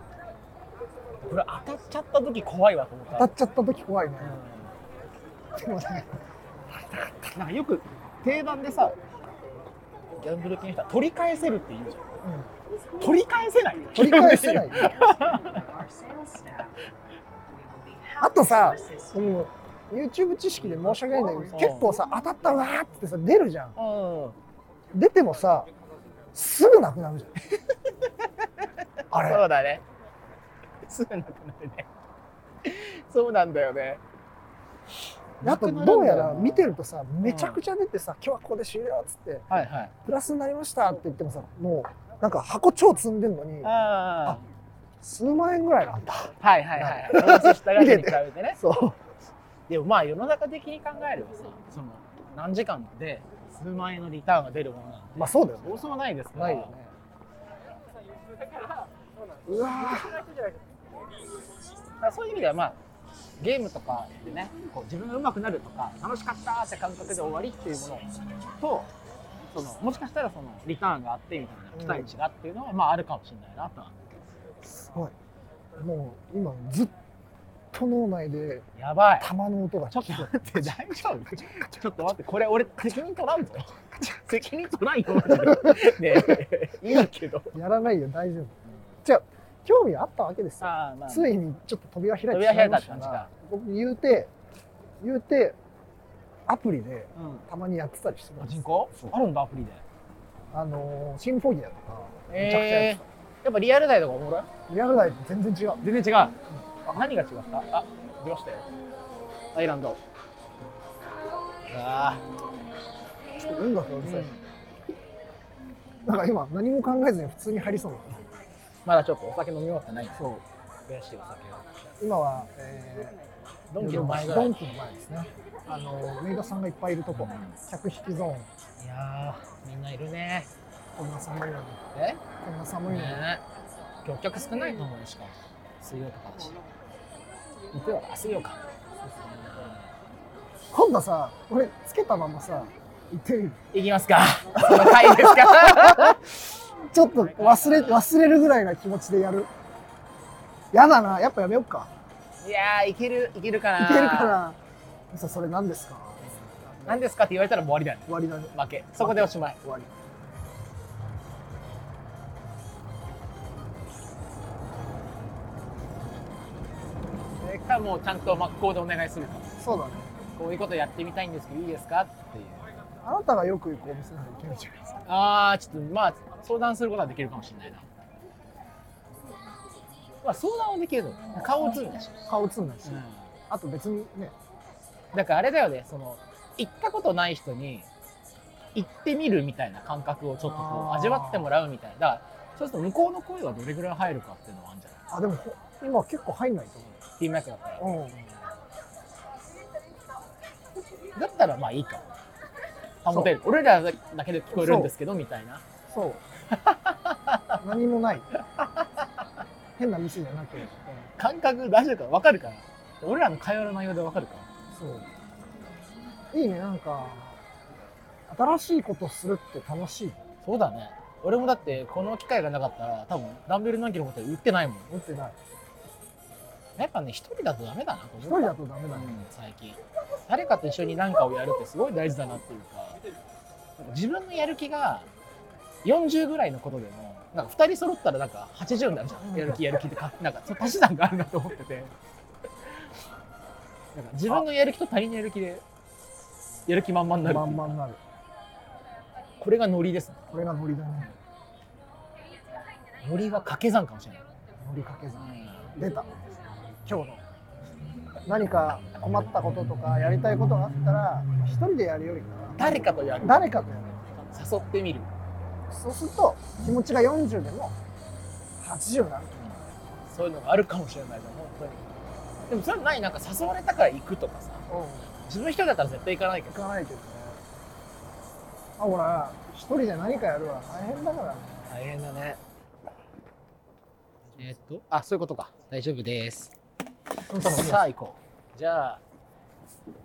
[SPEAKER 1] これ当たっちゃった時怖いわと思った
[SPEAKER 2] 当たっちゃった時怖いねでもね
[SPEAKER 1] うんなんかよく定番でさギャンブル系の人は取り返せるって言うじゃ
[SPEAKER 2] うん
[SPEAKER 1] ん取り返せない
[SPEAKER 2] 取り返せ
[SPEAKER 1] [laughs]
[SPEAKER 2] ないあとさその YouTube 知識で申し訳ないんだけど
[SPEAKER 1] うん
[SPEAKER 2] 結構さ当たったわーってさ出るじゃん
[SPEAKER 1] うん
[SPEAKER 2] 出てもさすぐなくな
[SPEAKER 1] [laughs]
[SPEAKER 2] るじゃんあれ
[SPEAKER 1] そうだね。すぐなくなるね。そうなんだよね。
[SPEAKER 2] あとどうやら見てるとさめちゃくちゃ出てさ今日はここで終了っつって
[SPEAKER 1] はいはい。
[SPEAKER 2] プラスになりましたって言ってもさもうなんか箱超積んでんのに
[SPEAKER 1] あ
[SPEAKER 2] 数万円ぐらいなんだ
[SPEAKER 1] あ。はいはいはい。同じ下書きに比べて
[SPEAKER 2] [laughs]
[SPEAKER 1] ね。
[SPEAKER 2] そう
[SPEAKER 1] でもまあ世の中的に考えればさ、その何時間で数万円のリターンが出るものなんて、
[SPEAKER 2] まあそうだよね
[SPEAKER 1] そうそうないですから。
[SPEAKER 2] ないよねうわー
[SPEAKER 1] だからそういう意味ではまあゲームとかでねこう自分が上手くなるとか楽しかったって感覚で終わりっていうものとそのもしかしたらそのリターンがあってみたいな期待値がっていうのは、まああるかもしれないなとは
[SPEAKER 2] すごいもう今ずっと脳内で
[SPEAKER 1] やばい
[SPEAKER 2] 弾の音が
[SPEAKER 1] ちょっと待って大丈夫ちょっと待ってこれ俺責任取らんぞ責任取らんよマジでねえいいけど
[SPEAKER 2] やらないよ大丈夫じゃあ興味はあったわけですよ
[SPEAKER 1] さあまあ
[SPEAKER 2] ついにちょっと扉開いて
[SPEAKER 1] 扉
[SPEAKER 2] しま
[SPEAKER 1] 開
[SPEAKER 2] い
[SPEAKER 1] い
[SPEAKER 2] ま
[SPEAKER 1] た
[SPEAKER 2] した
[SPEAKER 1] 感じ
[SPEAKER 2] が
[SPEAKER 1] か
[SPEAKER 2] 僕言うて言うてアプリで
[SPEAKER 1] うん
[SPEAKER 2] たまにやってたりしてたんです
[SPEAKER 1] 人口
[SPEAKER 2] そう
[SPEAKER 1] あるんだアプリで
[SPEAKER 2] あのーシンフォギアとかめちゃくちゃやって
[SPEAKER 1] えー、やっぱリアル台とかおもろい
[SPEAKER 2] たリアルライと全然違う
[SPEAKER 1] 全然違う、何が違ったあ出ましたよアイランドあ
[SPEAKER 2] ちょっと音楽がう
[SPEAKER 1] あ、
[SPEAKER 2] るさい、なんか今何も考えずに普通に入りそうな
[SPEAKER 1] まだちょっとお酒飲み終わってない
[SPEAKER 2] そう
[SPEAKER 1] 悔しいお酒は
[SPEAKER 2] 今は、え
[SPEAKER 1] ドンキ
[SPEAKER 2] ー
[SPEAKER 1] の前ぐら
[SPEAKER 2] ド
[SPEAKER 1] い
[SPEAKER 2] ンキの前ですねあのメイドさんがいっぱいいるとこ、客引きゾーン
[SPEAKER 1] いやーみんないるね
[SPEAKER 2] こんな寒いのに
[SPEAKER 1] え
[SPEAKER 2] こんな寒いのに、
[SPEAKER 1] ねえお客少ないと思うしかも水曜とかだし木曜か水曜か
[SPEAKER 2] 今度さ俺つけたままさ行ってみる
[SPEAKER 1] いきますかその回です
[SPEAKER 2] [laughs]
[SPEAKER 1] か
[SPEAKER 2] ちょっと忘れ忘れるぐらいな気持ちでやるやだなやっぱやめよっか
[SPEAKER 1] いやーいけるいけるかない
[SPEAKER 2] けるかなさそれ何ですか
[SPEAKER 1] 何ですかって言われたらもう終わりだよね
[SPEAKER 2] 終わりだね
[SPEAKER 1] 負けそこでおしまい
[SPEAKER 2] 終わり
[SPEAKER 1] それかもうちゃんと真っ向でお願いするか
[SPEAKER 2] そうだね
[SPEAKER 1] こういうことやってみたいんですけどいいですかっていう
[SPEAKER 2] あなたがよく行くお店なら行けるじゃないですか
[SPEAKER 1] ああちょっとまあ相談することはできるかもしれないなまあ相談はできるの顔映るんだし、
[SPEAKER 2] 顔映んないし、
[SPEAKER 1] うん
[SPEAKER 2] あと別にね
[SPEAKER 1] だからあれだよねその行ったことない人に行ってみるみたいな感覚をちょっとこ
[SPEAKER 2] あ
[SPEAKER 1] う
[SPEAKER 2] ー
[SPEAKER 1] 味わってもらうみたいなだからそうすると向こうの声がどれぐらい入るかっていうのはあるんじゃない
[SPEAKER 2] あでもほ今結構入んないと思う
[SPEAKER 1] ティーマイクだったら
[SPEAKER 2] うん、
[SPEAKER 1] だったらまあいいかも保てる俺らだけで聞こえるんですけどみたいな [laughs]
[SPEAKER 2] そう何もない変な店じゃなくて、
[SPEAKER 1] 感覚大丈夫か分かるかな俺らの会話の内容で分かるか
[SPEAKER 2] そういいねなんか新しいことするって楽しい
[SPEAKER 1] そうだね俺もだってこの機会がなかったら多分ダンベル何キロのことは売ってないもん
[SPEAKER 2] 持ってない
[SPEAKER 1] やっぱね一人だとダメだなと
[SPEAKER 2] 一
[SPEAKER 1] 思
[SPEAKER 2] 人
[SPEAKER 1] う
[SPEAKER 2] だとダメだね、
[SPEAKER 1] うん最近誰かと一緒に何かをやるってすごい大事だなっていうか自分のやる気が40ぐらいのことでもなんか2人揃ったらなんか80になるじゃ
[SPEAKER 2] うん
[SPEAKER 1] んやる気やる気ってかなんかその足し算があるなと思っててなんか自分のやる気と他人のやる気でやる気満々になる
[SPEAKER 2] まんまになる
[SPEAKER 1] これがノリですね
[SPEAKER 2] これがノリだね
[SPEAKER 1] ノリが掛け算かもしれない、
[SPEAKER 2] ノリかけ算出た今日の何か困ったこととかやりたいことがあったら一人でやるよりかは
[SPEAKER 1] 誰かとやる
[SPEAKER 2] 誰かとやる
[SPEAKER 1] 誘ってみる
[SPEAKER 2] そうすると気持ちが40でも80になる
[SPEAKER 1] そういうのがあるかもしれないじゃん本当にでもそれはないなんか誘われたから行くとかさ
[SPEAKER 2] うん
[SPEAKER 1] 自分一人だったら絶対行かないけど
[SPEAKER 2] 行かないけどねあほら一人で何かやるは大変だからね
[SPEAKER 1] 大変だねえーっとあそういうことか大丈夫ですさあ行こうじゃあ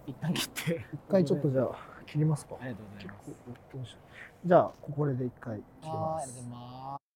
[SPEAKER 1] 一旦切って
[SPEAKER 2] 一回ちょっとじゃあ切りますか
[SPEAKER 1] ありがとうございます
[SPEAKER 2] じゃあここで一回切り
[SPEAKER 1] あー
[SPEAKER 2] ま
[SPEAKER 1] ありがとうご
[SPEAKER 2] す
[SPEAKER 1] ざいます